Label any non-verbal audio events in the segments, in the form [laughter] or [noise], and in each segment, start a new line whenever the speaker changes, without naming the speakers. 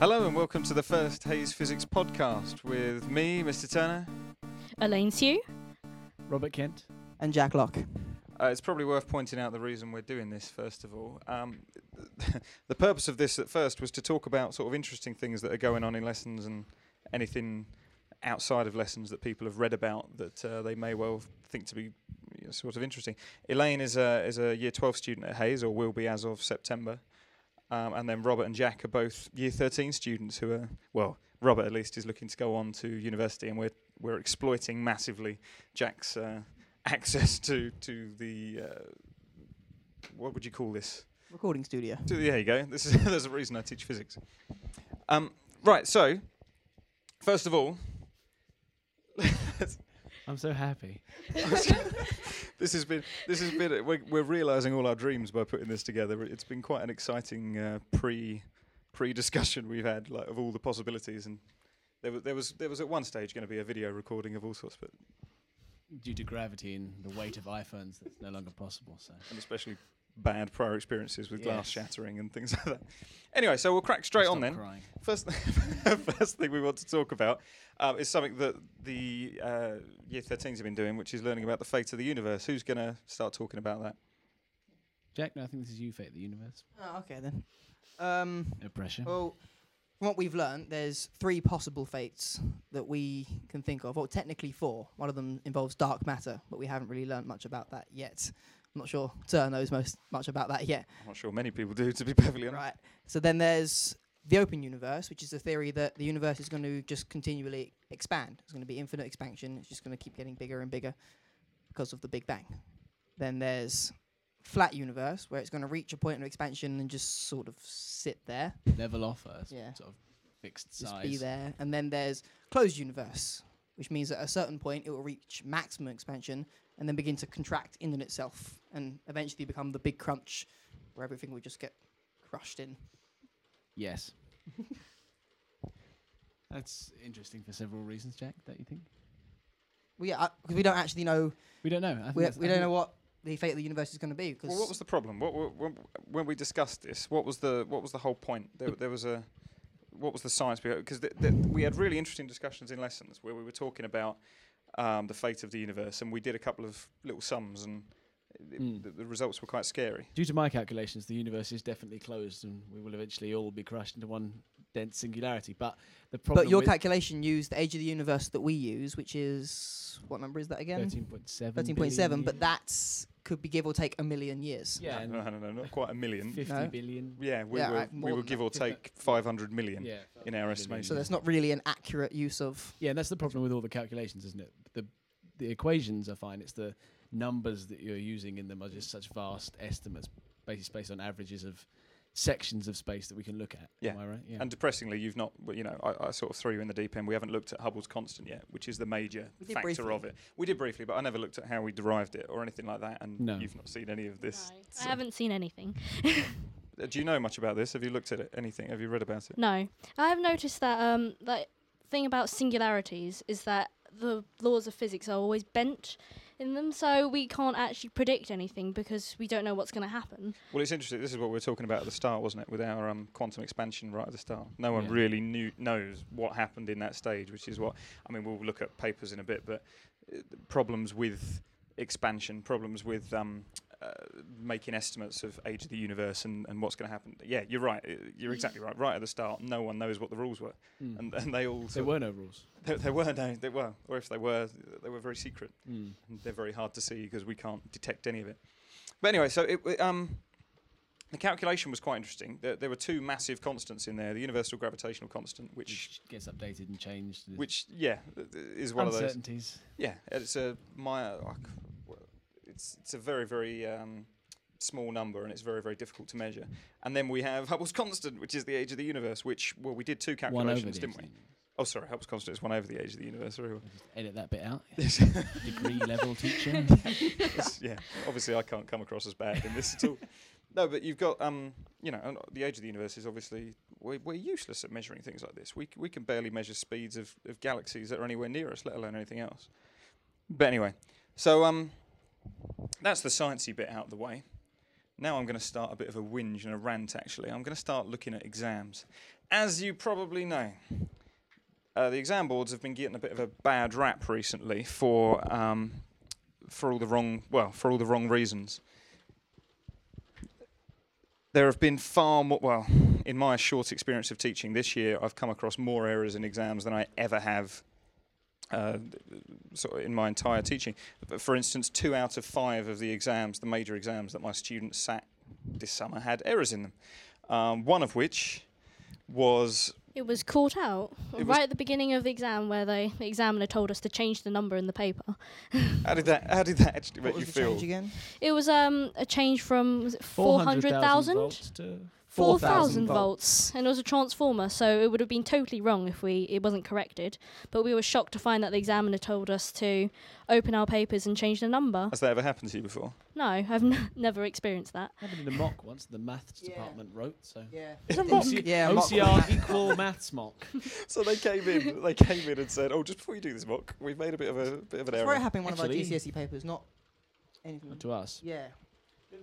Hello and welcome to the first Hayes Physics podcast with me, Mr. Turner.
Elaine Sue.
Robert Kent.
and Jack Lock.
Uh, it's probably worth pointing out the reason we're doing this, first of all. Um, [laughs] the purpose of this at first was to talk about sort of interesting things that are going on in lessons and anything outside of lessons that people have read about that uh, they may well think to be you know, sort of interesting. Elaine is a, is a year 12 student at Hayes, or will be as of September. Um, and then Robert and Jack are both year 13 students who are, well, Robert at least is looking to go on to university, and we're, we're exploiting massively Jack's. Uh, [laughs] access to to the uh, what would you call this?
Recording studio.
To the, there you go. This is [laughs] there's a reason I teach physics. Um, right. So first of all, [laughs]
I'm so happy.
this has been this has been we're, we're realizing all our dreams by putting this together. It's been quite an exciting uh, pre pre discussion we've had like of all the possibilities and. There was, there was there was at one stage going to be a video recording of all sorts, but
Due to gravity and the weight of iPhones, that's no longer possible. So
and especially bad prior experiences with glass
Yes.
shattering and things [laughs] like that. Anyway, so we'll crack straight
Stop
on then.
Crying.
First, first thing [laughs] we want to talk about um, is something that the uh, year 13s have been doing, which is learning about the fate of the universe. Who's going to start talking about that?
Jack, no, I think this is you, Fate of the Universe.
Oh, okay then. Um,
No pressure.
well, from what we've learned, there's three possible fates that we can think of. Well, technically four. One of them involves dark matter, but we haven't really learned much about that yet. I'm not sure Tur knows most much about that yet.
I'm not sure many people do, to be perfectly honest.
Right. So then there's the open universe, which is the theory that the universe is going to just continually expand. It's going to be infinite expansion. It's just going to keep getting bigger and bigger because of the Big Bang. Then there's flat universe, where it's going to reach a point of expansion and just sort of sit there,
Level off a s-
Yeah.
sort of fixed
just
size.
be there. And then there's closed universe, which means at a certain point it will reach maximum expansion and then begin to contract in on itself and eventually become the big crunch, where everything will just get crushed in. [laughs]
Yes. that's interesting for several reasons, Jack. Don't you think?
Well, yeah, because we don't actually know
We don't know. I think
we,
that's-
we
I
don't
think-
know what the fate of the universe is going to be. Because
Well, what was the problem? What, what, what, when we discussed this, what was the what was the whole point? There, there was a what was the science behind? Because th- th- we had really interesting discussions in lessons where we were talking about um, the fate of the universe, and we did a couple of little sums, and it,
Mm.
the, the results were quite scary.
Due to my calculations, the universe is definitely closed, and we will eventually all be crushed into one dense singularity. But the problem.
but your
with
calculation used the age of the universe that we use, which is what number is that again?
thirteen point seven.
Thirteen point seven. But that's could be give or take a million years.
Yeah.
[laughs] no, no,
and
no, no, not quite a million.
Fifty
[laughs] No.
billion.
Yeah, we
Yeah,
were,
right,
we
more
were
than
give
that,
or
isn't it?
take 500 million.
Yeah.
in our
Billion.
estimation.
So that's not really an accurate use of.
Yeah, and that's the problem with all the calculations, isn't it? The the equations are fine. It's the numbers that you're using in them are just such vast estimates, based based on averages of sections of space that we can look at.
Yeah.
Am I right? Yeah.
And depressingly, you've not, well, you know, I, I sort of threw you in the deep end. We haven't looked at Hubble's constant yet, which is the major
We did
factor
briefly.
of it. We did briefly, but I never looked at how we derived it or anything like that. And
No.
you've not seen any of this.
I haven't seen
[laughs]
anything. [laughs]
Uh, Do you know much about this? Have you looked at it, anything? Have you read about it?
No, I have noticed that um that thing about singularities is that the laws of physics are always bent in them, so we can't actually predict anything because we don't know what's going to happen.
Well, it's interesting. This is what we were talking about at the start, wasn't it? With our um, quantum expansion right at the start. No one
Yeah.
really knew, knows what happened in that stage, which is what, I mean, we'll look at papers in a bit, but uh, the problems with expansion, problems with um, uh, making estimates of age of the universe and, and what's going to happen. Yeah, you're right. uh, You're exactly right. Right at the start, no one knows what the rules were.
Mm.
And, and they all.
there
sort of- [laughs]
were no rules.
There, there were no, there were. Or if they were, they were very secret
Mm.
and they're very hard to see because we can't detect any of it. But anyway, so it, it, um, the calculation was quite interesting. There, there were two massive constants in there: the universal gravitational constant, which,
Which gets updated and changed. There's
which, yeah, th- th- is one of those.
uncertainties.
Yeah, it's a Maya. I c- well, It's it's a very very um, small number, and it's very very difficult to measure. And then we have Hubble's constant, which is the age of the universe. Which well, we did two
One over
calculations,
the
didn't we?
estimate.
Oh, sorry, Hubble's constant is one over the age of the universe. Sorry.
Just edit that bit out. [laughs] Degree level [laughs] teacher.
It's- yeah, obviously I can't come across as bad in this at all. No, but you've got, um, you know, and the age of the universe is obviously we're, we're useless at measuring things like this. We c- we can barely measure speeds of, of galaxies that are anywhere near us, let alone anything else. But anyway, so um, that's the sciencey bit out of the way. Now I'm going to start a bit of a whinge and a rant, actually. I'm going to start looking at exams. As you probably know, uh, the exam boards have been getting a bit of a bad rap recently for um, for all the wrong well for all the wrong reasons. There have been far more well in my short experience of teaching this year. I've come across more errors in exams than I ever have. Uh, sort of in my entire teaching, but for instance, two out of five of the exams, the major exams that my students sat this summer, had errors in them. Um, one of which was
It was caught out
It was-
right at the beginning of the exam where they, the examiner told us to change the number in the paper.
How did that? How did that actually make
What was
you
the
feel?
change again?
It was um, a change from was it 400,000?
volts to
4,000
4,000
volts. And it was a transformer, so it would have been totally wrong if we it wasn't corrected. But we were shocked to find that the examiner told us to open our papers and change the number.
Has that ever happened to you before?
No, I've n- [laughs] never experienced that.
happened in a mock once. The maths
Yeah.
department wrote so.
Yeah.
[laughs]
It's a
Did-
mock.
OC-
Yeah, mock
OCR
math.
equal maths [laughs] mock.
So they came in. They came in and said, "Oh, just before you do this mock, we've made a bit of a bit of an
That's where it
error."
happened in one
Actually-
of our GCSE E papers, not anything.
Not to us.
Yeah.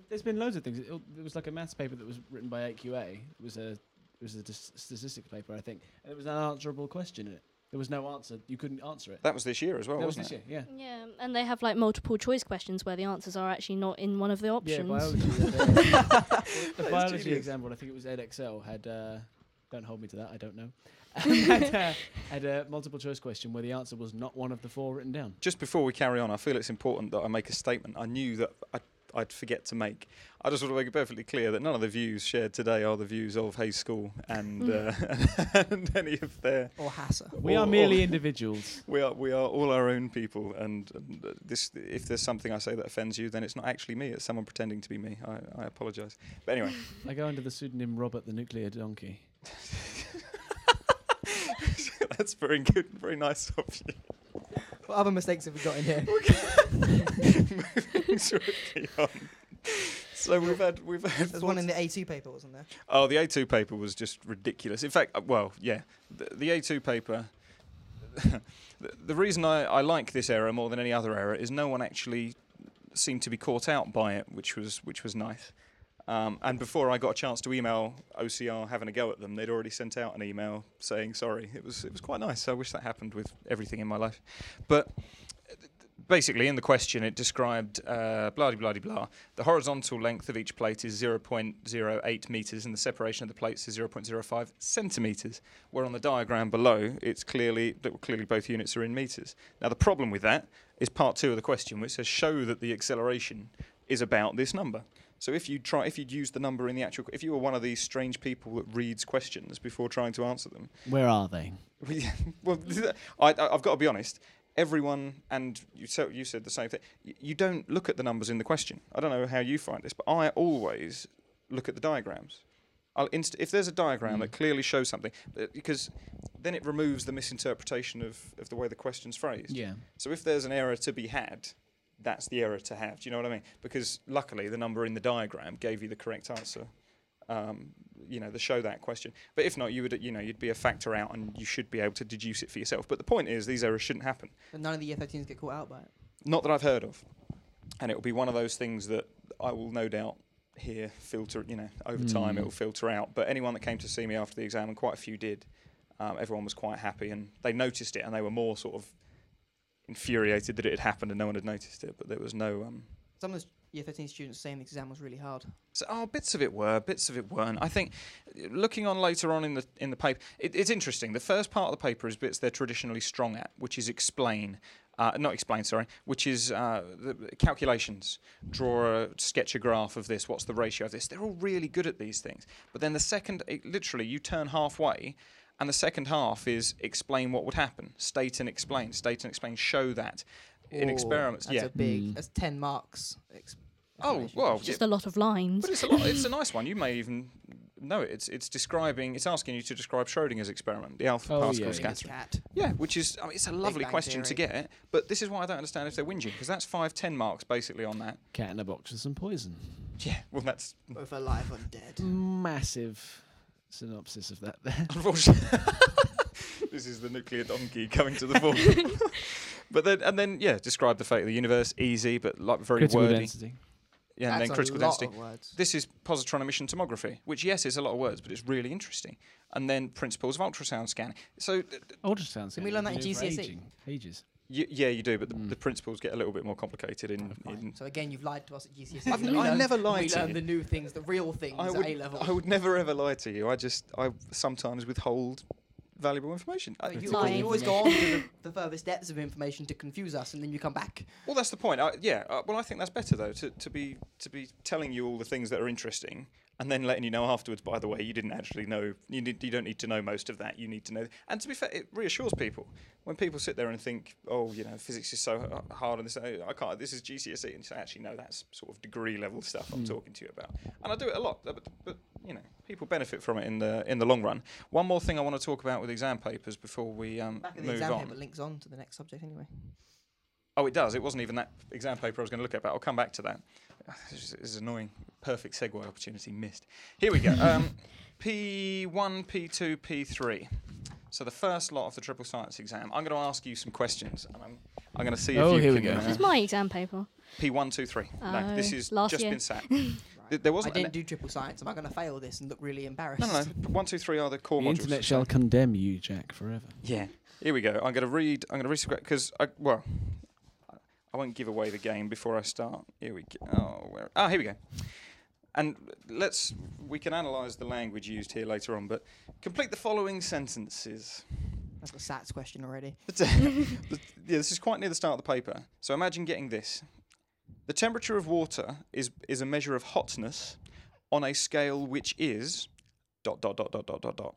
There's been loads of things. It, it was like a maths paper that was written by AQA. It was a it was a dis- statistics paper, I think, and it was an unanswerable question in it. There was no answer. You couldn't answer it.
That was this year as well,
That was
wasn't
this
it?
year. Yeah.
Yeah, and they have like multiple choice questions where the answers are actually not in one of the
Yeah,
options.
biology.
[laughs]
the biology
genius.
example, I think it was EdXL, had, uh, don't hold me to that, I don't know, [laughs] had, uh, had a multiple choice question where the answer was not one of the four written down.
Just before we carry on, I feel it's important that I make a statement. I knew that I, I'd forget to make. I just want to make it perfectly clear that none of the views shared today are the views of Hayes School and, uh, [laughs] and any of their
Or Hassa.
We
Or-
are merely individuals.
We are we are all our own people, and, and uh, this if there's something I say that offends you, then it's not actually me. It's someone pretending to be me. I, I apologise. But anyway, [laughs]
I go under the pseudonym Robert the Nuclear Donkey.
that's very good, very nice of you.
What other mistakes have we got in here?
Moving swiftly on. So we've had we've had
There's one in the A2 paper, wasn't there?
oh the A2 paper was just ridiculous. In fact, uh, well yeah, the, the A2 paper. the, the reason I, I like this error more than any other error is no one actually seemed to be caught out by it, which was which was nice. Um, and before I got a chance to email OCR having a go at them, they'd already sent out an email saying sorry. It was it was quite nice. I wish that happened with everything in my life. But basically, in the question, it described uh, blah de blah de blah. The horizontal length of each plate is 0.08 meters, and the separation of the plates is 0.05 centimeters. Where on the diagram below, it's clearly that clearly both units are in meters. Now the problem with that is part two of the question, which says show that the acceleration is about this number. So if you try, if you'd use the number in the actual, if you were one of these strange people that reads questions before trying to answer them,
Where are they?
we- [laughs] well, I, I- I've got to be honest. Everyone, and you, so you said the same thing. y- You don't look at the numbers in the question. I don't know how you find this, but I always look at the diagrams. I'll inst- if there's a diagram that clearly shows something, uh, because then it removes the misinterpretation of, of the way the question's phrased.
Yeah.
So if there's an error to be had, that's the error to have. Do you know what I mean? Because luckily, the number in the diagram gave you the correct answer. Um, you know, the show that question. But if not, you would, you know, you'd be a factor out, and you should be able to deduce it for yourself. But the point is, these errors shouldn't happen.
But none of the year 13s get caught out by it.
Not that I've heard of. And it will be one of those things that I will no doubt hear filter. You know, over time
Mm.
it will filter out. But anyone that came to see me after the exam, and quite a few did, um, everyone was quite happy, and they noticed it, and they were more sort of infuriated that it had happened and no one had noticed it. But there was no. Um,
Some of the year 13 students saying the exam was really hard.
so, oh, bits of it were, bits of it weren't. I think uh, looking on later on in the in the paper, it, it's interesting. The first part of the paper is bits they're traditionally strong at, which is explain, uh, not explain, sorry, which is uh, the calculations. Draw a sketch a graph of this. What's the ratio of this? They're all really good at these things. But then the second, it, literally, you turn halfway. And the second half is explain what would happen, state and explain, state and explain, show that in
Ooh,
experiments.
That's
Yeah.
a big,
Mm.
that's 10 marks. Ex-
oh,
explanation.
well,
It's
yeah,
Just a lot of lines.
but it's a, lot, it's a nice one. You may even know it. It's it's describing. It's asking you to describe Schrodinger's experiment, the alpha
Oh,
particle
yeah,
Big as
scattering.
cat.
Yeah, which is I mean, it's a lovely
Bang
question to
Theory.
get. But this is why I don't understand if they're whinging because that's five ten marks basically on that.
Cat in a box with some poison.
Yeah, [laughs] well that's
Both alive and dead.
Massive synopsis of that there.
unfortunate. [laughs] this is the nuclear donkey coming to the
[laughs]
fore. but then and then yeah, describe the fate of the universe. Easy, but like very
Critical
wordy.
density.
yeah, and
That's
then
a
critical
lot
density.
of words.
This is positron emission tomography, which yes is a lot of words, but it's really interesting. And then principles of ultrasound scanning. So th- th-
Ultrasound.
Didn't we learn that in GCSE?
Ages.
y- yeah, you do, but the,
Mm.
the principles get a little bit more complicated in.
Fine.
in
So again, you've lied to us at GCSE.
I've
E. We
n- I
learn-
never lied
We
to
learn
you.
the new things, the real things
I
at
would,
A level.
I would never ever lie to you. I just I sometimes withhold valuable information. I-
But you,
It's all
you always go on to the, the furthest depths of information to confuse us, and then you come back.
Well, that's the point. I, yeah. Uh, well, I think that's better though to, to be to be telling you all the things that are interesting and then letting you know afterwards. By the way, you didn't actually know. You need, you don't need to know most of that. You need to know. And to be fair, it reassures people when people sit there and think, oh, you know, physics is so h- hard and this oh, I can't. This is GCSE, E," and you say, actually, no, that's sort of degree level stuff I'm talking to you about. And I do it a lot, but, but you know, people benefit from it in the in the long run. One more thing I want to talk about with exam papers before we um,
Back of the
move
exam
on.
paper links on to the next subject anyway.
Oh, it does. It wasn't even that exam paper I was going to look at, but I'll come back to that. [sighs] This is, this is annoying. Perfect segue opportunity missed. Here we go.
[laughs]
Um, P1, P2, P3. So the first lot of the triple science exam. I'm going to ask you some questions, and I'm, I'm going to see
Oh,
if you
here we
can.
go.
This
uh,
is my exam paper.
P1, 2, 3. no, this
Oh,
is
last
just
year.
been sat.
[laughs]
Right.
Th- there
I
wasn't. an- e-
didn't do triple science. Am I going to fail this and look really embarrassed?
no, no, no. 1, 2, 3 are the core
the
modules.
internet shall condemn you, Jack, forever.
Yeah. Here we go. I'm going to read. I'm going to read some because I well, I won't give away the game before I start. Here we go. Oh, where? Ah, here we go. And let's we can analyse the language used here later on, but complete the following sentences.
That's a SATs question already.
The [laughs] te- the- yeah, this is quite near the start of the paper. So imagine getting this: the temperature of water is is a measure of hotness on a scale which is dot dot dot dot dot dot dot.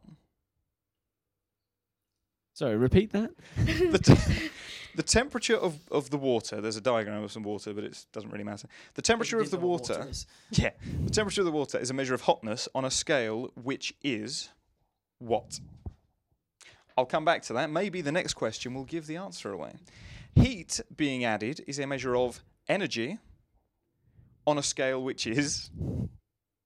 Sorry, repeat that.
[laughs] the, te- the temperature of, of the water. There's a diagram of some water, but it doesn't really matter. The temperature
It
of
is
the
not what
water.
is.
[laughs] yeah, the temperature of the water is a measure of hotness on a scale which is what. I'll come back to that. Maybe the next question will give the answer away. Heat being added is a measure of energy on a scale which is.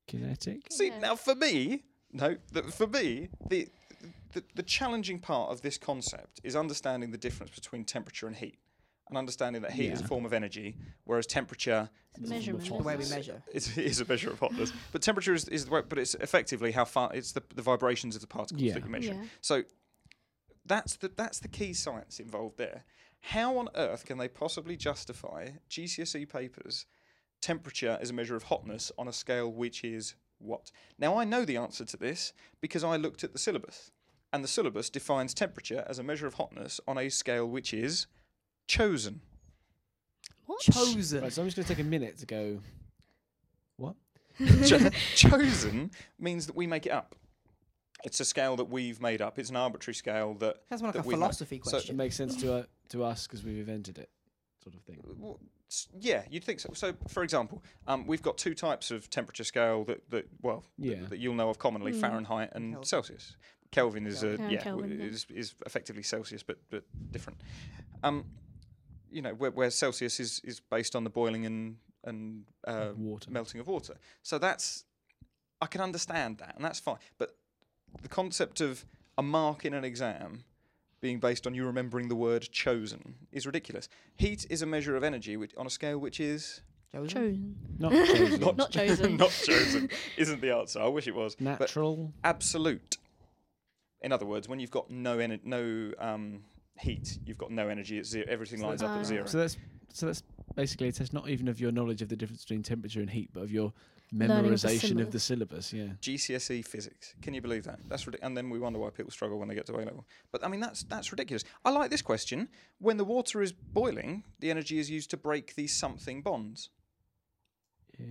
Kinetic.
See
Yeah.
now for me, no, the, for me the, the the challenging part of this concept is understanding the difference between temperature and heat, and understanding that heat is a
Yeah.
form of energy, whereas temperature
It's measurement.
The way we
Hotness.
measure.
is, [laughs] is a measure of hotness. but temperature is, is the way, but it's effectively how far it's the, the vibrations of the particles
Yeah.
that you measure.
Yeah.
So that's the that's the key science involved there. How on earth can they possibly justify GCSE E papers temperature as a measure of hotness on a scale which is what? Now I know the answer to this because I looked at the syllabus. And the syllabus defines temperature as a measure of hotness on a scale which is chosen.
What? [laughs]
Chosen.
Right, so I'm just going to take a minute to go. What?
Cho- chosen means that we make it up. It's a scale that we've made up. It's an arbitrary scale that
That's more like
that
a
we know.
philosophy
So-
It
question.
makes sense to uh, to us because we've invented it, sort of thing.
Well, s- yeah, you'd think so. So, for example, um, we've got two types of temperature scale that, that well, th-
Yeah.
that you'll know of commonly:
Mm.
Fahrenheit and
Kelvin.
Celsius. Kelvin is a
Kelvin.
yeah,
Yeah, Kelvin, yeah.
is is effectively Celsius, but but different. Um, you know, where, where Celsius is is based on the boiling and and uh,
Water.
melting of water. So that's I can understand that, and that's fine. But the concept of a mark in an exam being based on you remembering the word chosen is ridiculous. Heat is a measure of energy which, on a scale which is
Chosen.
Chosen.
[laughs]
Not, chosen.
Not-
Not chosen.
[laughs] not chosen. [laughs] Isn't the answer? I wish it was. But
natural.
absolute. In other words, when you've got no ener- no um, heat, you've got no energy. It's zero. Everything
So
lines up at
that's-
zero.
Right.
So that's so that's basically a test, not even of your knowledge of the difference between temperature and heat, but of your memorization of the syllabus. Yeah.
GCSE E physics. Can you believe that? That's ridiculous. And then we wonder why people struggle when they get to A level. But I mean, that's that's ridiculous. I like this question. When the water is boiling, the energy is used to break these something bonds.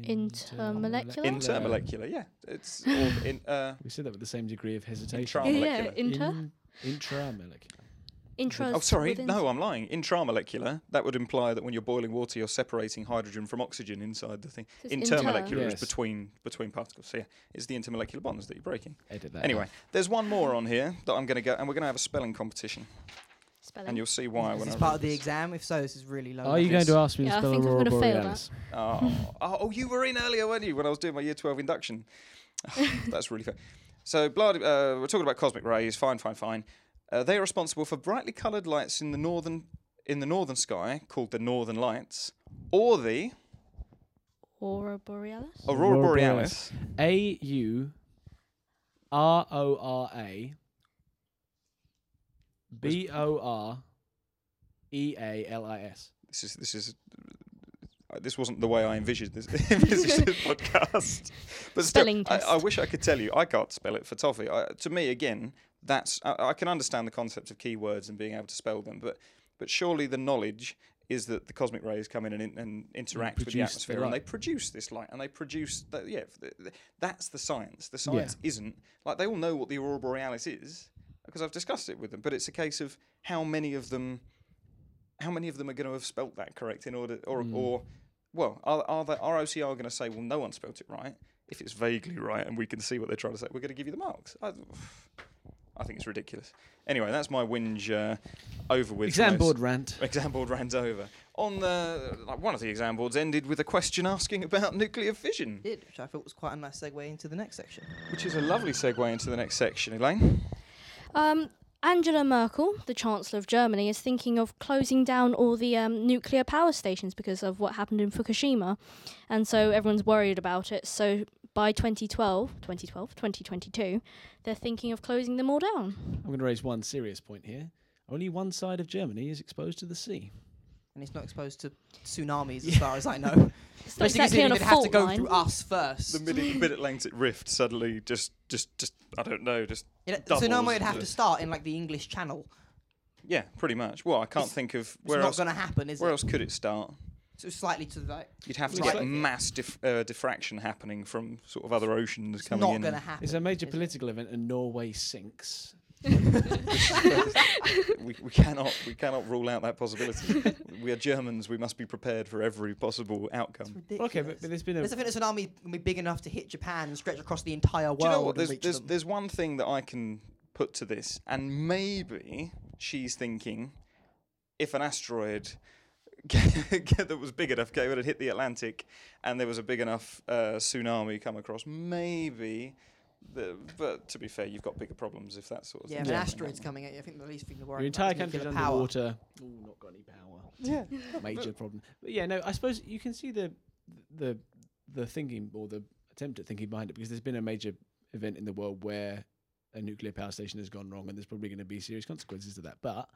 Intermolecular? Yeah.
Intermolecular, yeah. It's or in, uh,
We said that with the same degree of hesitation.
Intramolecular.
Yeah,
Molecular.
inter.
In- intramolecular.
Intras.
oh, sorry,
within-
no, I'm lying. Intramolecular. That would imply that when you're boiling water, you're separating hydrogen from oxygen inside the thing.
So it's inter.
Intermolecular is
Yes.
between between particles. So yeah, it's the intermolecular bonds that you're breaking.
Edit that.
Anyway,
out.
there's one more on here that I'm going to go, and we're going to have a spelling competition, and
Spelling.
you'll see why.
Is
when
this
I
part
read
of the
this.
exam? If so, this is really low.
Are you
level.
going to ask me to
Yeah, I
spell
think I'm
Aurora
gonna fail that.
Borealis?
Oh, oh, oh, you were in earlier, weren't you, when I was doing my year 12 induction? Oh, That's really fair. So, blood, uh, we're talking about cosmic rays. Fine, fine, fine. Uh, they are responsible for brightly coloured lights in the northern in the northern sky, called the northern lights, or the
Aurora Borealis?
Aurora
Aurora
Borealis.
A U R O R A B O R E A L I S.
This is this is uh, this wasn't the way I envisioned this, [laughs] envisioned this
[laughs]
podcast. But still,
Spelling
I, I
test.
wish I could tell you. I can't spell it for toffee. I, to me, again, that's I, I can understand the concept of keywords and being able to spell them, but but surely the knowledge is that the cosmic rays come in and, in, and interact with the
produce the
atmosphere and
light.
they produce this light and they produce that yeah th- th- that's the science the science isn't like they all know what the aurora borealis is because i've discussed it with them but it's a case of how many of them how many of them are going to have spelt that correct in order or
Hmm.
or well are are, they, are ocr going to say well no one spelt it right if it's vaguely right and we can see what they're trying to say we're going to give you the marks I, I think it's ridiculous anyway that's my whinge uh, over with
Exam
most-
board rant.
[laughs] exam board ran over. On the like one of the exam boards ended with a question asking about nuclear fission,
Did, which I thought was quite a nice segue into the next section.
which is a lovely segue into the next section, Elaine.
Um, Angela Merkel, the Chancellor of Germany, is thinking of closing down all the um, nuclear power stations because of what happened in Fukushima. And so everyone's worried about it. So by 2012, 2012, 2022, they're thinking of closing them all down.
I'm going to raise one serious point here. Only one side of Germany is exposed to the sea.
And it's not exposed to tsunamis as far as I [laughs] know.
It's not
Especially
exactly
considering
on a
it'd have to
fault
go
line.
through us first.
The mid, mid Atlantic rift suddenly just just just I don't know just
You know,
doubles
tsunami would have
the-
to start in like the English Channel.
yeah pretty much. Well, I can't
It's-
think of
It's
where
not
else
going to happen, is
where
it?
else could it start.
So slightly to the right.
You'd have to
Right.
get mass dif- uh, diffraction happening from sort of other oceans
It's
coming
not
in.
going to happen.
It's a major
is it?
political event, and Norway sinks.
we, we cannot we cannot rule out that possibility. we are Germans. We must be prepared for every possible outcome.
Well, okay, but, but there's been a
There's a tsunami can be big enough to hit Japan and stretch across the entire world.
Do you know what?
and
There's,
reach
there's,
them.
there's one thing that I can put to this, and maybe she's thinking if an asteroid [laughs] that was big enough came in and hit the Atlantic, and there was a big enough uh, tsunami come across, maybe. The, but to be fair, you've got bigger problems if that sort of
yeah,
thing.
if an
happening.
asteroid's coming at you. I think the least thing to worry
your entire
about is
country's
nuclear power.
underwater. Oh, not got any power.
Yeah.
[laughs]
major problem. But yeah, no, I suppose you can see the the the thinking or the attempt at thinking behind it because there's been a major event in the world where a nuclear power station has gone wrong and there's probably going to be serious consequences to that. But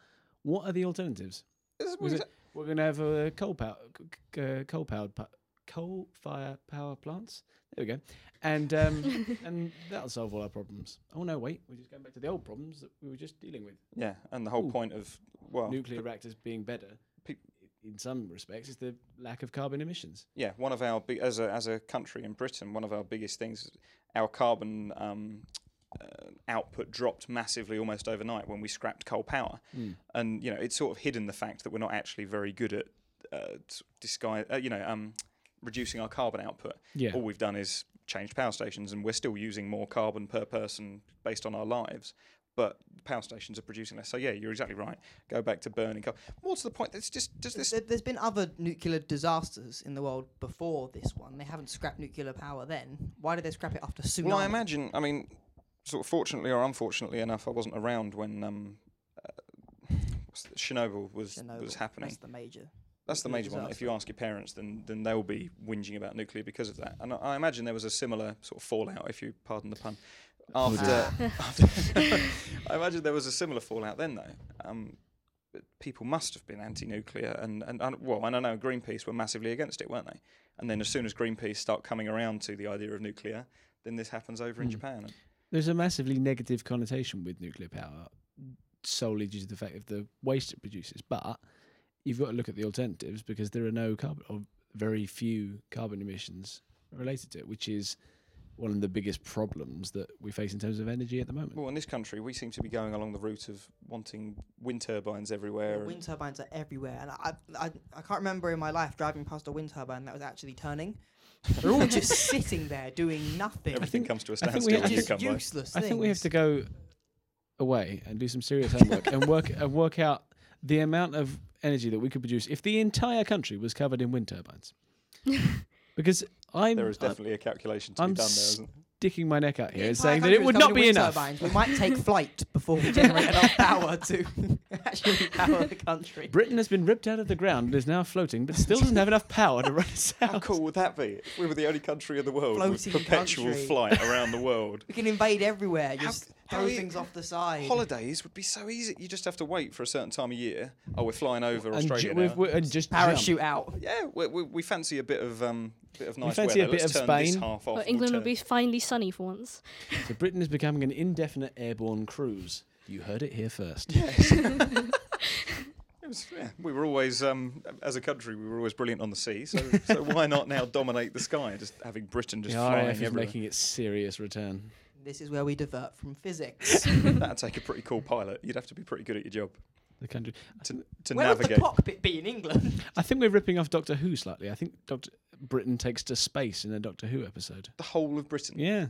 what are the alternatives?
Is-
Was
is
it- We're going to have a coal power, coal powered, coal fire power plants. There we go, and
[laughs]
um, and that'll solve all our problems. Oh no, wait, we're just going back to the old problems that we were just dealing with.
Yeah, and the whole
Ooh.
point of well,
Nuclear reactors being better,
Oh, Pe-
in some respects, is the lack of carbon emissions.
yeah, one of our big as a as a country in Britain, one of our biggest things, is our carbon um, uh, output dropped massively almost overnight when we scrapped coal power, and you know it's sort of hidden the fact that we're not actually very good at uh, t- disguise, uh, you know, um, reducing our carbon output.
Yeah.
All we've done is changed power stations, and we're still using more carbon per person based on our lives. But power stations are producing less. So yeah, you're exactly right. Go back to burning coal. What's the point? It's just does this
There, there's been other nuclear disasters in the world before this one. They haven't scrapped nuclear power then. Why did they scrap it after tsunami?
Well, I imagine. I mean, sort of fortunately or unfortunately enough, I wasn't around when um, uh, what's it, Chernobyl was
Chernobyl,
was happening.
That's the major.
That's the
nuclear
major one. If you ask your parents, then then they'll be whinging about nuclear because of that. And I, I imagine there was a similar sort of fallout, if you pardon the pun.
Oh,
After, [laughs]
[laughs]
after I imagine there was a similar fallout then, though. Um, but people must have been anti-nuclear, and, and and well, and I know Greenpeace were massively against it, weren't they? And then as soon as Greenpeace start coming around to the idea of nuclear, then this happens over in
Hmm.
Japan. And
There's a massively negative connotation with nuclear power solely due to the fact of the waste it produces. But you've got to look at the alternatives because there are no carbon or very few carbon emissions related to it, which is one of the biggest problems that we face in terms of energy at the moment.
Well, [laughs] in this country, we seem to be going along the route of wanting wind turbines everywhere. and-
Wind turbines are everywhere, and I, I I can't remember in my life driving past a wind turbine that was actually
[laughs]
turning. They're [laughs] all just sitting there doing nothing.
everything
think-
comes to a
I think
standstill
we
when
have
you
Just
come by.
useless
I think we have
things.
to go away and do some serious homework and work and work out the amount of energy that we could produce if the entire country was covered in wind
[laughs]
turbines. because I'm,
There is
I'm
definitely a calculation to
I'm
be done there,
s-
isn't there?
sticking my neck out
The
here and
entire
saying that
country
it
was
would not
covered in
be
wind [laughs]
[laughs]
enough.
Turbines. We might take flight before we generate enough power to [laughs] actually power the country.
Britain has been ripped out of the ground and is now floating, but still doesn't have enough power to run us
[laughs]
out.
How cool would that be? If we were the only country in the world
Floating
with perpetual
country.
[laughs]
flight around the world.
We can invade everywhere.
How-
Just
how
throw
you-
things off the side.
Holidays would be so easy. You just have to wait for a certain time of year. Oh, we're flying over
And,
Australia
ju-
now.
we've- we're- and just jump.
Parachute out.
yeah, we, we, we fancy a bit of um, bit of nice
fancy a
weather.
bit
Let's
of
turn this
Spain.
half off.
Well,
we'll
England will
turn-
be finally sunny for once.
So Britain is becoming an indefinite airborne cruise. You heard it here
[laughs]
first.
[laughs] It was- yeah, we were always, um, as a country, we were always brilliant on the sea. So, so why not now dominate the sky? Just having Britain just
the
flying
RAF is
everywhere.
making its serious return.
This is where we divert from physics.
That'd take a pretty cool pilot. You'd have to be pretty good at your job
The country.
to, to
where would
navigate.
the cockpit be in England?
I think we're ripping off Doctor Who slightly. I think Doctor Britain takes to space in a Doctor Who episode.
the whole of Britain.
Yeah,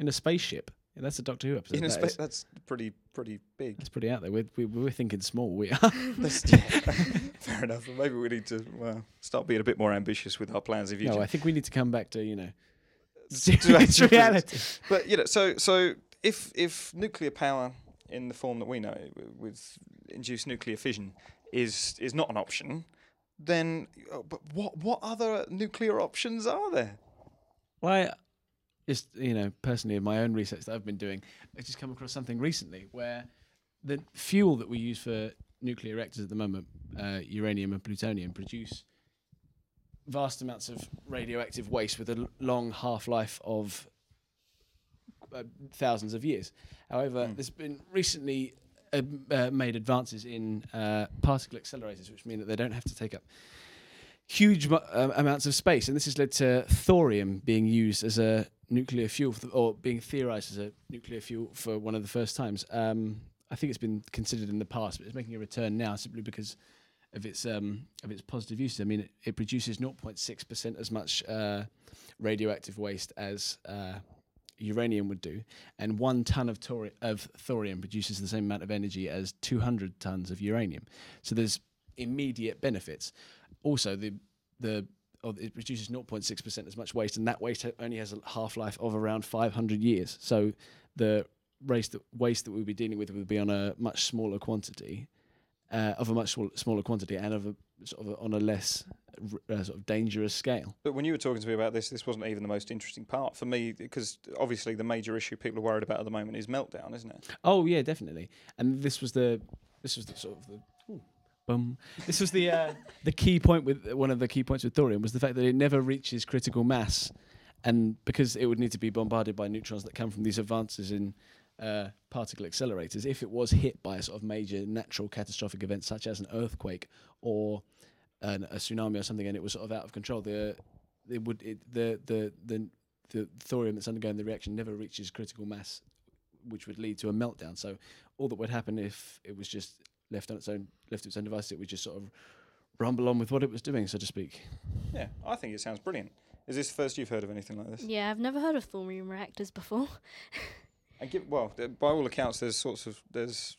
in a spaceship. Yeah, that's a Doctor Who episode.
In a
that
spa-
is.
that's pretty pretty big.
[laughs] That's pretty out there. We're, we, we're thinking small. We are.
[laughs] That's- Fair enough. Maybe we need to well, start being a bit more ambitious with our plans if you.
[laughs] no, I think we need to come back to you
[laughs]
know
actual
serious
physics. [laughs]
reality.
But you know, so so if if nuclear power in the form that we know w- with induced nuclear fission is is not an option, then uh, but what what other nuclear options are there?
Well, I, just you know, personally, in my own research that I've been doing, I just come across something recently where the fuel that we use for nuclear reactors at the moment, uh, uranium and plutonium, produce vast amounts of radioactive waste with a l- long half-life of uh, thousands of years. However,
Hmm.
there's been recently uh, uh, made advances in uh, particle accelerators, which mean that they don't have to take up huge mu- uh, amounts of space, and this has led to thorium being used as a nuclear fuel, for the, or being theorized as a nuclear fuel for one of the first times. Um, I think it's been considered in the past, but it's making a return now simply because of its um, of its positive uses. I mean, it, it produces 0.6 percent as much uh, radioactive waste as uh, uranium would do, and one ton of, tori- of thorium produces the same amount of energy as 200 tons of uranium. So there's immediate benefits. Also, the the oh, it produces 0.6 percent as much waste, and that waste ha- only has a half life of around 500 years. So the waste that waste that we'll be dealing with will be on a much smaller quantity, uh, of a much small, smaller quantity, and of a sort of a, on a less r- uh, sort of dangerous scale.
But when you were talking to me about this, this wasn't even the most interesting part for me because obviously the major issue people are worried about at the moment is meltdown, isn't it?
Oh yeah, definitely. And this was the this was the sort of the ooh, bum. This was the uh, [laughs] the key point with one of the key points with thorium was the fact that it never reaches critical mass, and because it would need to be bombarded by neutrons that come from these advances in uh, particle accelerators, if it was hit by a sort of major natural catastrophic event such as an earthquake or an, a tsunami or something, and it was sort of out of control, the it would it, the the the the thorium that's undergoing the reaction never reaches critical mass which would lead to a meltdown. So all that would happen if it was just left on its own, left to its own device, it would just sort of rumble on with what it was doing, so to speak.
Yeah, I think it sounds brilliant. Is this the first you've heard of anything like this?
Yeah, I've never heard of thorium reactors before.
And give, well, th- by all accounts, there's sorts of there's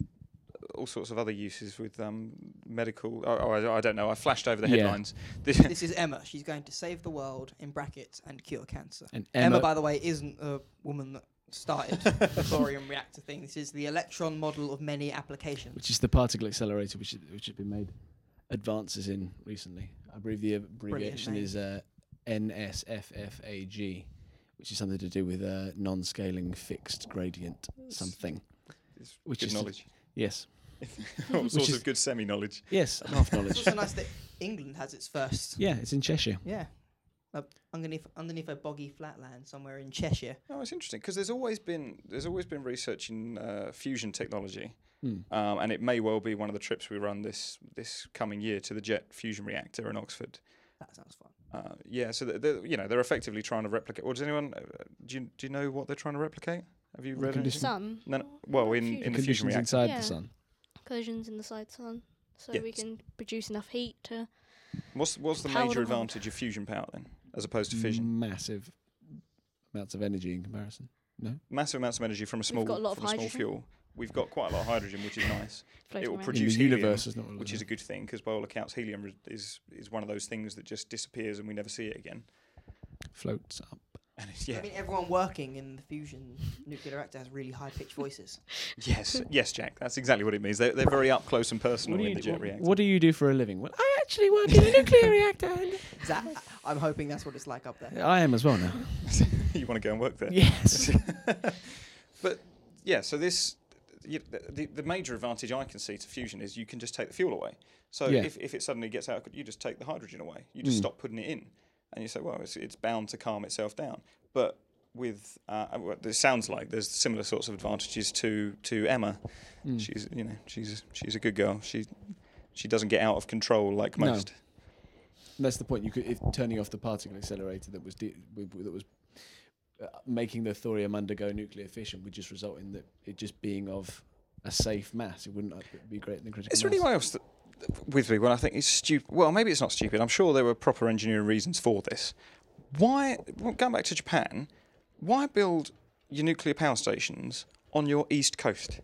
all sorts of other uses with um, medical. Oh, oh, I, I don't know. I flashed over the
Yeah. [laughs]
headlines.
this is Emma. She's going to save the world in brackets and cure cancer.
And
Emma,
Emma,
by the way, isn't a woman that started the thorium [laughs] reactor thing. This is the electron model of many applications.
which is the particle accelerator, which is- which has been made advances in recently. I believe the abbreviation
name.
is uh, NSFFAG, which is something to do with uh, non-scaling fixed gradient something.
It's
Which
good
is- [laughs]
knowledge. [laughs]
Yes,
all sorts
is-
of good semi knowledge.
yes, half
[laughs] It's
knowledge.
also nice that England has its first.
Yeah, it's in Cheshire.
Yeah. Up underneath, underneath a boggy flatland somewhere in Cheshire.
No, Oh, it's interesting because there's always been there's always been research in uh, fusion technology,
Hmm.
um, and it may well be one of the trips we run this this coming year to the Jet fusion reactor in Oxford.
That sounds fun.
Uh, yeah, so th- th- you know they're effectively trying to replicate. Or does anyone uh, do you, do you know what they're trying to replicate? Have you
The
read anything?
condition-
Sun.
No, no, well, in,
Fusion.
in the fusion
Conditions
reactor,
inside
Yeah.
the sun.
collisions in the side sun, so
Yeah.
we can produce enough heat to.
what's what's the
Power
major
the world.
advantage of fusion power then, as opposed to fission?
Mm. Massive amounts of energy in comparison. No,
Massive amounts of energy from a small
got a lot of
from a small
hydrogen.
fuel. We've got quite a lot of hydrogen, which is nice,
float
will
around.
produ- Produce
in the
helium,
universe is not what it
which is a good thing because by all accounts, helium is is one of those things that just disappears and we never see it again.
floats up.
And it's, yeah.
I mean, everyone working in the fusion nuclear reactor has really high pitched voices.
yes. Yes, Jack. That's exactly what it means. They're, they're very up close and personal
do
in
you
the
do,
jet
what,
reactor.
what do you do for a living? Well, I actually work in a nuclear reactor. and-
Is that, I'm hoping that's what it's like up there.
I am as well now.
[laughs] you want to go and work there?
[laughs] yes.
but yeah, so this y the, the major advantage I can see to fusion is you can just take the fuel away. So
Yeah.
if, if it suddenly gets out, of c- you just take the hydrogen away. You just
Mm.
stop putting it in, and you say, well, it's, it's bound to calm itself down. But with uh, uh, what it sounds like there's similar sorts of advantages to to Emma.
Mm.
She's you know she's she's a good girl. She she doesn't get out of control like
No.
most.
And that's the point. You could if turning off the particle accelerator that was de- w- w- that was uh, making the thorium undergo nuclear fission would just result in the, it just being of a safe mass. It wouldn't uh, be greater than critical.
Is there
mass.
anyone else that, with me when I think it's stupid? Well, maybe it's not stupid. I'm sure there were proper engineering reasons for this. Why, well, going back to Japan, why build your nuclear power stations on your east coast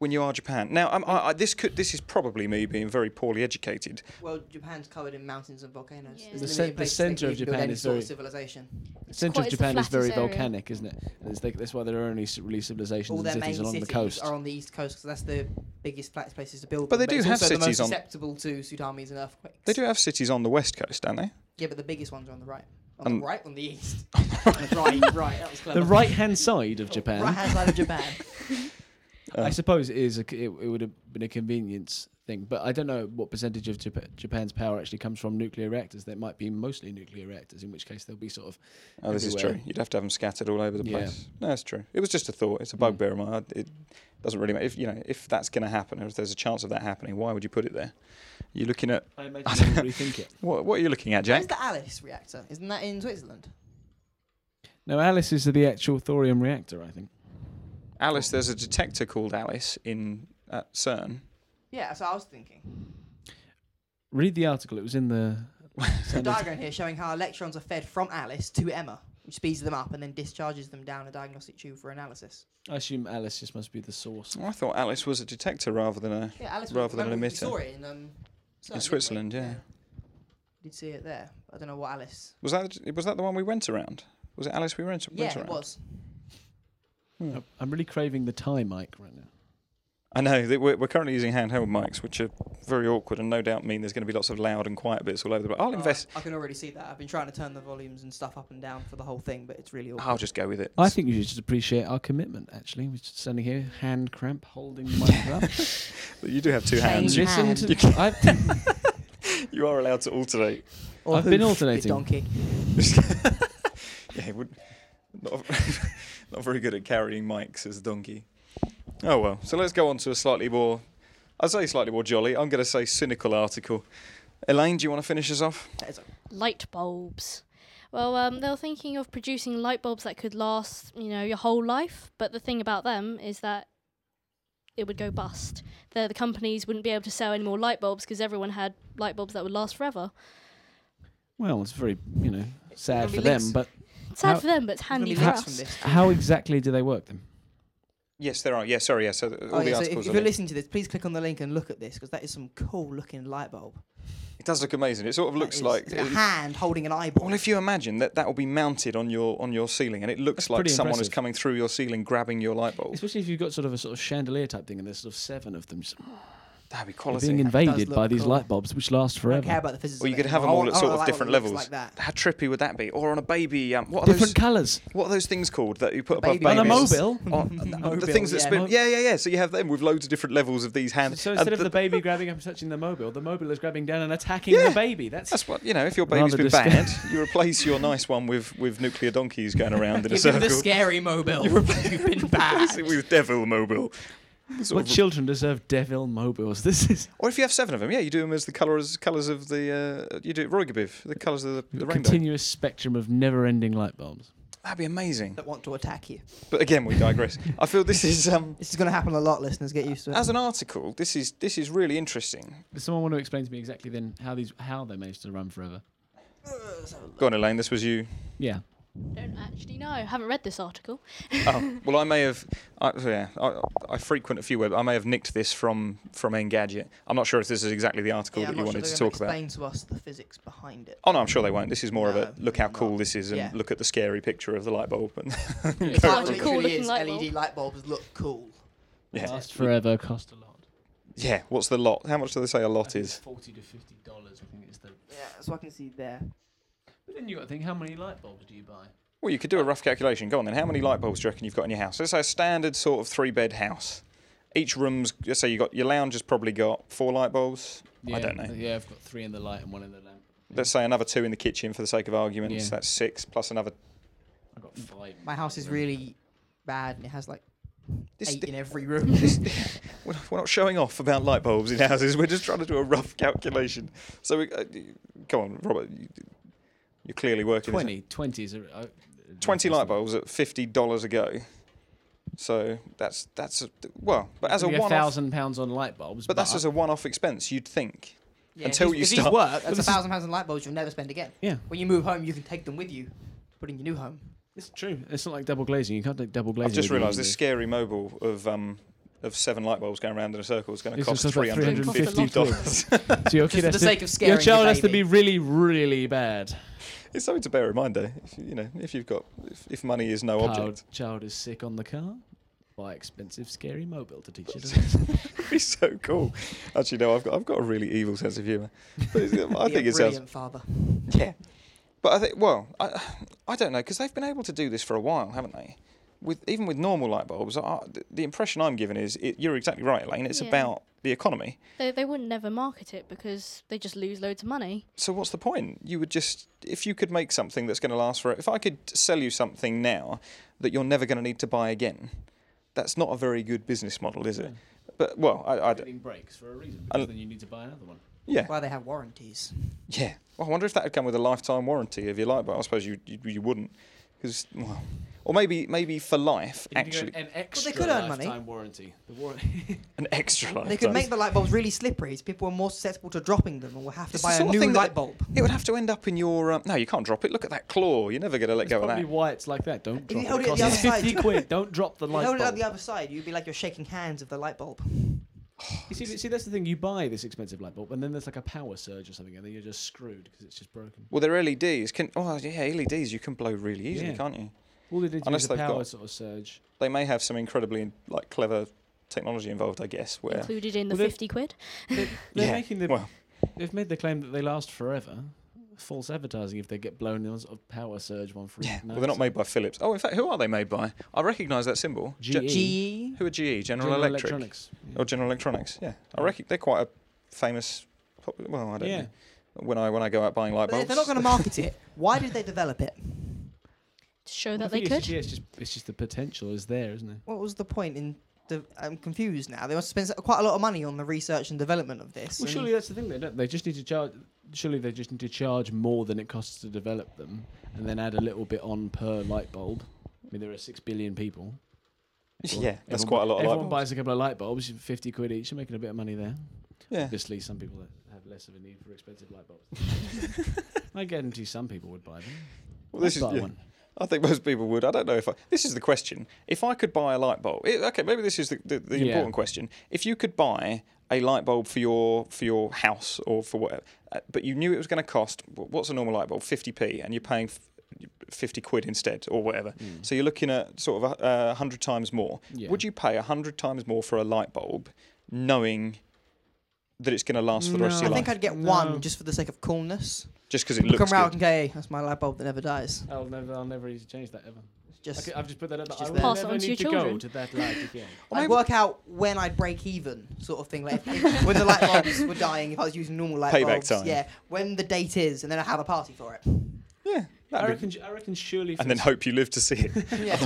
when you are Japan? Now, I'm, I, I, this could this is probably me being very poorly educated.
Well, Japan's covered in mountains and volcanoes.
Yeah.
There's
The
limited
cen- the
places they
centre
can
of
even build
Japan
any
is
sort of
very-
civilization.
The center of
quite- it's the
Japan is very
flattest area.
volcanic, isn't it? And It's like, that's why there are only s- really civilizations
All
and
their main
cities along
cities
the coast.
are on the east coast, so that's the biggest pla- places to build.
But
them,
they do
it's
have
also
cities
the
on-
most susceptible to tsunamis and earthquakes.
They do have cities on the west coast, don't they?
Yeah, but the biggest ones are on the right. On
Um,
the right, on the east. right, right. [laughs] That was clever.
the right hand side of Japan.
Right hand side of Japan.
Uh,
I suppose it is. A, c- it, it would have been a convenience thing, but I don't know what percentage of Jap- Japan's power actually comes from nuclear reactors. There might be mostly nuclear reactors, in which case there'll be sort of
Oh, this is
everywhere.
true. You'd have to have them scattered all over the
Yeah.
place. No, it's true. It was just a thought. It's a
Mm.
bugbear of mine. I- It doesn't really matter. If you know, if that's going to happen, or if there's a chance of that happening, why would you put it there? You're looking at
I
I
imagine
don't-
people rethink it.
what? What are you looking at,
Where's
Jack?
the Alice reactor? Isn't that in Switzerland?
No, Alice is the actual thorium reactor, I think.
Alice, there's a detector called Alice in at CERN.
Yeah, that's what I was thinking.
Read the article. It was in the.
There's a diagram here showing how electrons are fed from Alice to Emma, which speeds them up and then discharges them down a diagnostic tube for analysis.
I assume Alice just must be the source.
I thought Alice was a detector rather than a.
Yeah, Alice.
Rather than an
remember we
emitter.
saw it in, um, Switzerland, didn't we?
Switzerland, yeah.
Did see it there. I don't know what Alice.
Was that was that the one we went around? Was it Alice we went, went
Yeah,
around?
it was.
Hmm.
I- I'm really craving the tie mic right now.
I know that we're, we're currently using handheld mics, which are very awkward and no doubt mean there's going to be lots of loud and quiet bits all over the. But I'll
Oh,
invest.
I can already see that. I've been trying to turn the volumes and stuff up and down for the whole thing, but it's really awkward.
I'll just go with it.
I think you should just appreciate our commitment. Actually, we're just standing here, hand cramp, holding the mic
[laughs]
up.
you do have two
Shame.
hands. You,
Listen
hand.
to-
You can-
I've,
you are allowed to alternate.
Or
I've been
hoof, you
alternating.
Donkey.
Yeah, it would not [laughs] not very good at carrying mics as a donkey. Oh well. So let's go on to a slightly more, I say slightly more jolly. I'm going to say cynical article. Elaine, do you want to finish us off?
That is a-
light bulbs. Well, um, they were thinking of producing light bulbs that could last, you know, your whole life. But the thing about them is that it would go bust. The, the companies wouldn't be able to sell any more light bulbs because everyone had light bulbs that would last forever.
well, it's very you know sad
be
for them,
links.
but
It's sad
How-
for them, but it's
There's
handy
gonna be
for
links from
us.
this.
how exactly do they work them?
Yes, there are. Yeah, sorry. Yeah, so the, all
Oh,
the
yeah, so if,
articles.
if
are
you're
linked.
listening to this, please click on the link and look at this because that is some cool looking light bulb.
it does look amazing. It sort of
That
looks
is-
like.
it's a hand holding an eyeball.
well, if you imagine that that will be mounted on your on your ceiling, and it looks
That's
like
pretty
someone is
impressive.
coming through your ceiling grabbing your light bulb.
Especially if you've got sort of a sort of chandelier type thing, and there's sort of seven of them just
That'd be
You're
quality.
being invaded by
look
these
cool.
light bulbs, which last
I don't care
forever.
about the physics.
Or
of
you
it
could have them
anymore.
all at
I want-
sort
I
of
want a light
different
bulb that
levels.
looks Like that.
How trippy would that be? Or on a baby? Um, what are
Different
those?
[laughs] colours.
What are those things called that you put above
Baby
babies?
On a [laughs]
Babies.
mobile.
[laughs]
[laughs]
on, on the
Mobile,
things that
yeah.
spin. Yeah, yeah, yeah. So you have them with loads of different levels of these hands.
So
And
instead of
th-
the baby grabbing up and touching the mobile, the mobile is grabbing down and attacking
Yeah.
the baby. That's,
that's what you know. If your
Rather
baby's been
disgu-
bad, you replace your nice one with with nuclear donkeys
[laughs]
going around in a
Give them
circle.
the scary mobile. You've been bad.
Replace it [laughs] with devil mobile. Sort
what
of-
children deserve devil mobiles. [laughs] This is
or if you have seven of them, yeah, you do them as the colours colours of the uh, you do it Roigabiv, the colours of the, the
a
rainbow.
continuous spectrum of never-ending light bulbs.
That'd be amazing.
That want to attack you.
But again, we digress. I feel this is um
This is going to happen a lot, listeners. Get used to it.
as an article, this is this is really interesting.
Does someone want to explain to me exactly then how these how they managed to run forever?
Uh, so- [laughs]
Go on, Elaine. This was you.
Yeah.
Don't actually know. Haven't read this article.
oh, well, I may have. I, so yeah, I, I frequent a few web. I may have nicked this from from Engadget. I'm not sure if this is exactly the article
yeah,
that
I'm
you
not
wanted
sure
to
they're
talk
gonna
about.
Explain to us the physics behind it.
Oh no, I'm sure they won't. This is more of a
No,
look how
they're
cool
not.
this is and
yeah.
look at the scary picture of the light bulb. And
[laughs]
[laughs]
[laughs]
It's
How
like
it
a cool
truly
looking
is,
light bulb.
LED light bulbs look cool.
yeah,
Last forever, cost a lot.
yeah. What's the lot? How much do they say a
I
lot
think it's
is?
forty to fifty dollars. I think it's the.
Yeah, so I can see there.
But then you got to think, how many light bulbs do you buy?
Well, you could do a rough calculation. Go on then. How many light bulbs do you reckon you've got in your house? Let's say a standard sort of three bed house. Each room's. Let's say you got your lounge has probably got four light bulbs. I don't know.
Yeah, I've got three in the light and one in the lamp.
Let's say another two in the kitchen for the sake of argument.
Yeah.
So that's six plus another.
I got five.
My house is really bad, and it has like
[laughs] This,
eight in every room.
We're not, we're not showing off about light bulbs in houses. We're just trying to do a rough calculation. So, we, uh, y- come on, Robert. You, you're clearly working. this out.
20. 20 is a. uh, I-
20 light bulbs at fifty dollars a go. So that's that's a, well, but as a
It'd be
one-off,
thousand pounds on light bulbs.
but that's as a one-off expense. You'd think.
[laughs] Yeah,
Until
if
you
these- if
start-
These work,
Well,
that's
this
a
is-
thousand pounds on light bulbs you'll never spend again.
yeah,
When you move home, you can take them with you. Put in your new home.
it's true. It's not like double glazing. You can't take double glazing.
I've just
with you,
realised this
can
scary mobile of um of seven light bulbs going around in a circle is going to
It's gonna
cost
cost about
three hundred and fifty [laughs] dollars.
you? So your
Just
kid
for
has
the
to-
sake of scaring
Your
the
child has to be
baby.
really, really bad.
it's something to bear in mind, though. If, you know, if you've got if, if money is no object. [laughs]
Child, child is sick on the car. Buy expensive, scary mobile to teach it. a lesson.
be so cool. Actually, no, I've got I've got a really evil sense of humour. But it's- I
Be a
think it sounds
brilliant father.
[laughs] yeah. But I think well, I I don't know because they've been able to do this for a while, haven't they? With even with normal light bulbs, I, the- the impression I'm given is it, you're exactly right, Elaine. It's
Yeah.
about the economy.
They they would never market it because they just lose loads of money.
So what's the point? You would just if you could make something that's going to last for If I could sell you something now that you're never going to need to buy again, that's not a very good business model, is it? But well, I, I d-
Everything breaks for a reason.
I'll-
Because then you need to buy another one.
yeah.
Why they have warranties?
Yeah. Well, I wonder if that would come with a lifetime warranty of your light bulb. I suppose you you, you wouldn't, because well, or maybe maybe for life
You need to go
actually
an extra
could earn money.
lifetime warranty. The [laughs] warranty.
an extra lifetime.
They could make the light bulbs really slippery, so people are more susceptible to dropping them, and will have to
It's the
buy a
sort of
new
thing that-
light bulb.
It would have to end up in your. Um, no, you can't drop it. Look at that claw. You're never going to let
That's
go of
probably
that.
why it's like that. Don't
If you
drop
held
it.
it at the
costs
other
[laughs]
side-
fifty
[laughs]
quid. Don't drop the
If you
light
hold it
bulb.
up the other side, you'd be like you're shaking hands of the light bulb.
You see, see, that's the thing. You buy this expensive light bulb, and then there's like a power surge or something, and then you're just screwed because it's just broken.
Well, they're LEDs. Can oh yeah, LEDs. You can blow really easily,
Yeah.
can't you?
All they did
Unless
was a
they've
power
got-
sort of surge.
They may have some incredibly like clever technology involved. I guess where
Included in the
Well, they-
fifty quid.
They, they're
Yeah,
making the,
well.
They've made the claim that they last forever. False advertising if they get blown in a sort of power surge one for
yeah. Well, they're not made by Philips. Oh, in fact, who are they made by? I recognise that symbol.
GE.
Ge-
GE.
Who are GE? General, Electric.
E? Electronics. Yeah.
Or General Electronics, yeah. I reckon they're quite a famous. pop- Well, I don't
Yeah.
know. When I when I go out buying light
But
bulbs,
if they're not going to market it, why did they develop it?
To show
Well,
that
the
they
thing is,
could.
Yeah, it's just it's just the potential is there, isn't it?
What was the point in? De- I'm confused now. They must spend quite a lot of money on the research and development of this.
Well,
and-
surely that's the thing. They don't. They just need to charge. Surely they just need to charge more than it costs to develop them, and then add a little bit on per light bulb. I mean, there are six billion people.
[laughs] [laughs] yeah, that's
Everyone-
quite a lot of light
Everyone
bulbs.
buys a couple of light bulbs, fifty quid each. You're making a bit of money there.
yeah,
Obviously, some people that have less of a need for expensive light
[laughs]
bulbs. I guarantee some people would buy them.
well, this
I'd
is.
buy
yeah.
one.
I think most people would. I don't know if I. This is the question. If I could buy a light bulb, it, okay, maybe this is the, the, the
Yeah.
important question. If you could buy a light bulb for your for your house or for whatever, uh, but you knew it was going to cost wh- what's a normal light bulb, fifty p, and you're paying. F- 50 quid instead or whatever
Mm.
so you're looking at sort of a uh, 100 times more
Yeah.
Would you pay a hundred times more for a light bulb, knowing that it's going to last for the rest of
No.
your
I
life,
think I'd get
No.
one just for the sake of coolness.
just because it
Come
looks good?
round and go, "Hey, that's my light bulb that never dies.
I'll never, I'll never use change that ever.
It's just
I have just put that up.
It's
I
just
will
there.
Pass it
never
on to
need to
your
go
children.
to that light again.
Or
I'd
maybe
work out when I'd break even, sort of thing. Like if, if- when the light bulbs were dying, if I was using normal light
Payback
bulbs,
time.
yeah. When the date is, and then I have a party
[laughs]
for it.
yeah,
I
that'd be,
reckon, I reckon surely. for
and then
the-
hope you live to see it. [laughs]
Yeah,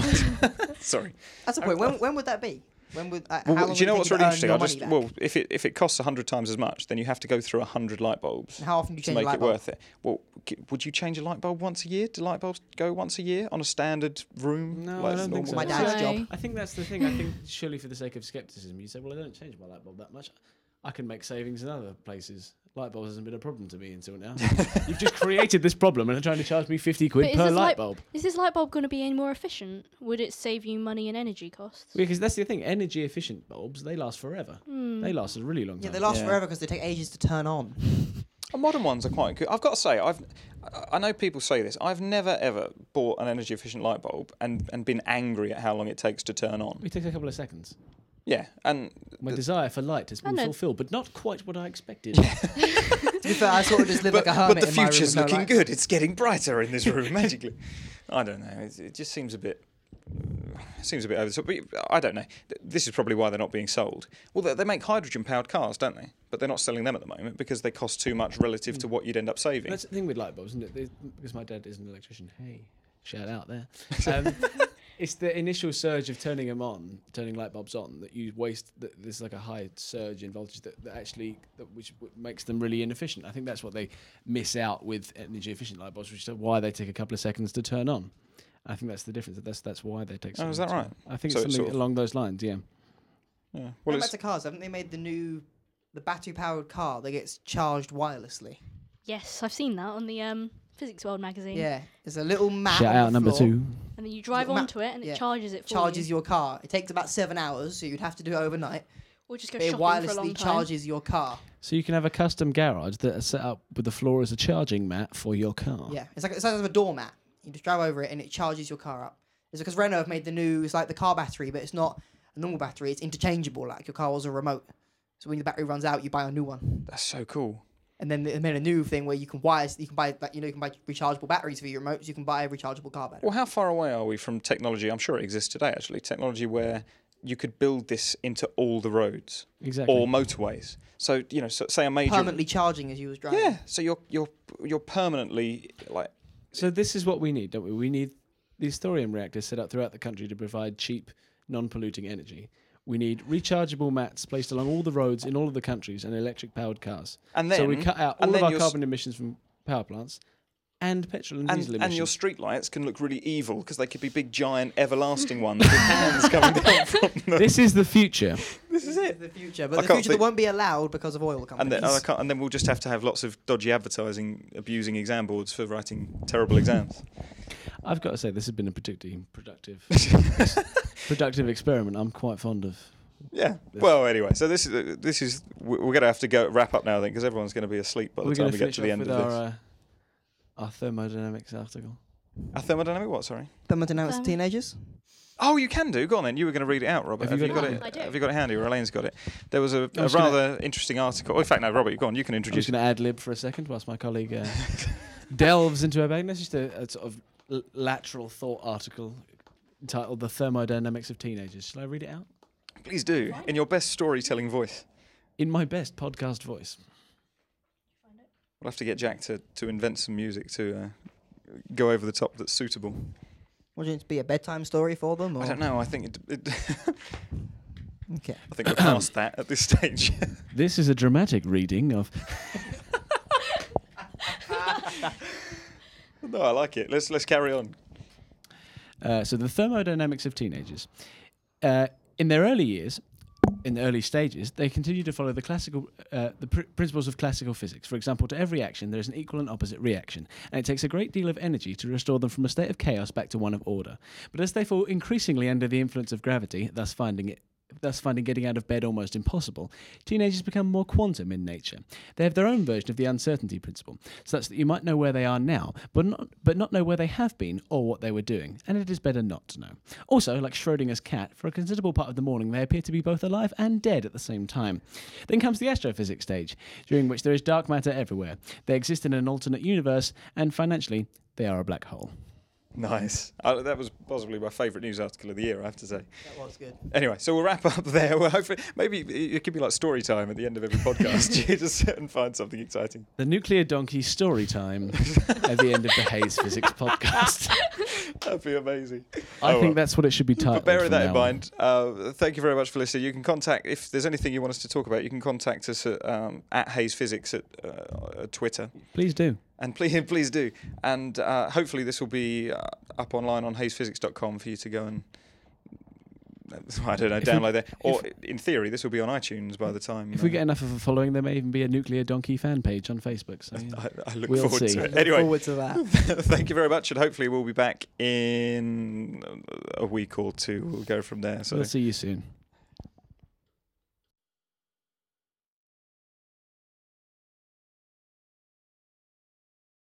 Sorry.
that's the point. When, when would that be? When would? Uh, how
Well,
long
do you know
would it
what's
take
really
to
interesting? I
earn your
just
money back?
well, if it if it costs hundred times as much, then you have to go through hundred light bulbs
And how often do you
to
change a
make
light
it
bulb?
worth it. Well, g- would you change a light bulb once a year? Do light bulbs go once a year on a standard room?
No, I
like
don't think
normal-
so.
My dad's
No.
job.
I think that's the thing. I think surely for the sake of skepticism, you say, "Well, I don't change my light bulb that much. I can make savings in other places. Light bulbs hasn't been a problem to me
[laughs]
until now. You've just created this problem and are trying to charge me 50
But
quid
is
per
this
light
light-
bulb.
Is this light bulb going to be any more efficient? Would it save you money and energy costs?
Because that's the thing, energy efficient bulbs, they last forever.
Hmm.
They last a really long
Yeah,
time.
they last
Yeah.
forever because they take ages to turn on.
Uh, Modern ones are quite good. I've got to say, I've I- I know people say this. I've never ever bought an energy efficient light bulb and, and been angry at how long it takes to turn on.
It takes a couple of seconds.
Yeah, and
My
th-
desire for light has
I
been
know.
fulfilled, but not quite what
[laughs]
I expected.
to be fair, I sort of just live
but,
like a
but
hermit
the
in my room
future's
with no
looking
light.
good. It's getting brighter in this
[laughs]
room magically. I don't know. It, it just seems a bit. It seems a bit over the top. But you- I don't know. Th- This is probably why they're not being sold. Well, they, they make hydrogen powered cars, don't they? But they're not selling them at the moment because they cost too much relative
Mm.
to what you'd end up saving.
That's the thing with light bulbs, isn't it? They- Because my dad is an electrician. Hey, shout out there. Um, it's the initial surge of turning them on, turning light bulbs on, that you waste. That there's like a high surge in voltage that, that actually, that, which w- makes them really inefficient. I think that's what they miss out with energy efficient light bulbs, which is why they take a couple of seconds to turn on. I think that's the difference. That's that's why they take. so
Oh, is
long
that
to-
right?
I think
So
it's
it's
something
sort of-
along those lines. Yeah.
yeah.
Well,
Well, it's,
back to cars. Haven't they made the new, the battery powered car that gets charged wirelessly?
Yes, I've seen that on the um, Physics World magazine.
Yeah, there's a little map.
shout
on
out
the
number
floor,
two.
And then you drive
Ma-
onto it and
yeah.
it charges it for
Charges
you.
your car. It takes about seven hours, so you'd have to do it overnight.
Or just go
But it
shopping for a long time.
wirelessly charges your car.
So you can have a custom garage that is set up with the floor as a charging mat for your
Oh.
car.
Yeah, it's like it's like a doormat. You just drive over it and it charges your car up. It's because Renault have made the new. It's like the car battery, but it's not a normal battery. It's interchangeable. Like your car was a remote. So when the battery runs out, you buy a new one.
that's so cool.
And then they made a new thing where you can wire. You can buy like you know you can buy rechargeable batteries for your remotes. You can buy a rechargeable car battery.
Well, how far away are we from technology? I'm sure it exists today, actually. Technology where you could build this into all the roads
Exactly.
or motorways. So you know, so, say a major.
Permanently charging as you was driving.
Yeah. So you're you're you're permanently like
So this is what we need, don't we? We need these thorium reactors set up throughout the country to provide cheap, non-polluting energy. We need rechargeable mats placed along all the roads in all of the countries and electric-powered cars.
and then
so we cut out
and
all of
then
our
your s-
carbon emissions from power plants and petrol and, diesel
and, and
emissions.
your street lights can look really evil because they could be big, giant, everlasting ones with hands coming
[laughs]
down from them.
this is the future.
This is it. The future, but
I
the
can't
future
think-
that won't be allowed because of oil companies.
[laughs] And then, oh, I can't- and then we'll just have to have lots of dodgy advertising, abusing exam boards for writing terrible exams.
I've got to say, this has been a particularly
[laughs]
productive, productive experiment. I'm quite fond of.
Yeah.
This-
Well, anyway, so this is uh, this is we- we're going to have to go wrap up now, I think, because everyone's going to be asleep by the
We're
time
going
we
to
get
finish
to the
off
end of
with
this.
our, uh, our thermodynamics article.
A thermodynamic what? Sorry.
Thermodynamics
Um,
teenagers.
Oh, you can do. Go on then. You were going to read it out, Robert.
Have
Have
you
you,
got
got
it?
it?
I do.
Have you got it handy, or Elaine's got it? There was a, a
just gonna-
[laughs] rather interesting article. Oh, in fact, no, Robert, you go on. You can
I'm just
introduce it.
going to ad lib for a second whilst my colleague [laughs] uh, delves into her bag. That's just a, a sort of l- lateral thought article entitled The Thermodynamics of Teenagers. Shall I read it out?
Please do in your best storytelling voice.
In my best podcast voice.
We'll have to get Jack to, to invent some music to uh, go over the top that's suitable.
Would it be a bedtime story for them? Or?
I don't know. I think it, it [laughs]
Okay.
I think we're past that at this stage. [laughs]
This is a dramatic reading of.
no, I like it. Let's let's carry on.
Uh, so, the thermodynamics of teenagers. Uh, in their early years, in the early stages, they continue to follow the classical, uh, the pr- principles of classical physics. For example, to every action, there is an equal and opposite reaction, and it takes a great deal of energy to restore them from a state of chaos back to one of order. But as they fall increasingly under the influence of gravity, thus finding it. Thus, finding getting out of bed almost impossible, teenagers become more quantum in nature. They have their own version of the uncertainty principle, such that you might know where they are now, but not, but not know where they have been or what they were doing, and it is better not to know. Also, like Schrodinger's cat, for a considerable part of the morning, they appear to be both alive and dead at the same time. Then comes the astrophysics stage, during which there is dark matter everywhere. They exist in an alternate universe, and financially, they are a black hole.
Nice. Uh, that was possibly my favourite news article of the year. I have to say.
That was good.
Anyway, so we'll wrap up [laughs] there. Well, hopefully, maybe it could be like story time at the end of every podcast. [laughs] you just sit and find something exciting.
The nuclear donkey story time at the end of the Hayes Physics podcast.
That'd be amazing.
I
[laughs] Oh, well.
think that's what it should be titled.
But bear
from
that
now
in
on.
mind. Uh, thank you very much for listening. You can contact if there's anything you want us to talk about. You can contact us at, um, at Hayes Physics at, uh, at Twitter,
Please do.
and please [laughs] please do. And uh, hopefully this will be uh, up online on hayesphysics.com for you to go and [laughs] I don't know,
If we-
download that. Or in theory, this will be on iTunes by the time.
If we
uh,
get enough of a following, there may even be a nuclear donkey fan page on Facebook. So yeah.
I, I look
We'll
forward
see.
to
I
it.
look
Anyway,
forward to that.
[laughs] thank you very much, and hopefully we'll be back in a week or two. We'll go from there. So
we'll see you soon.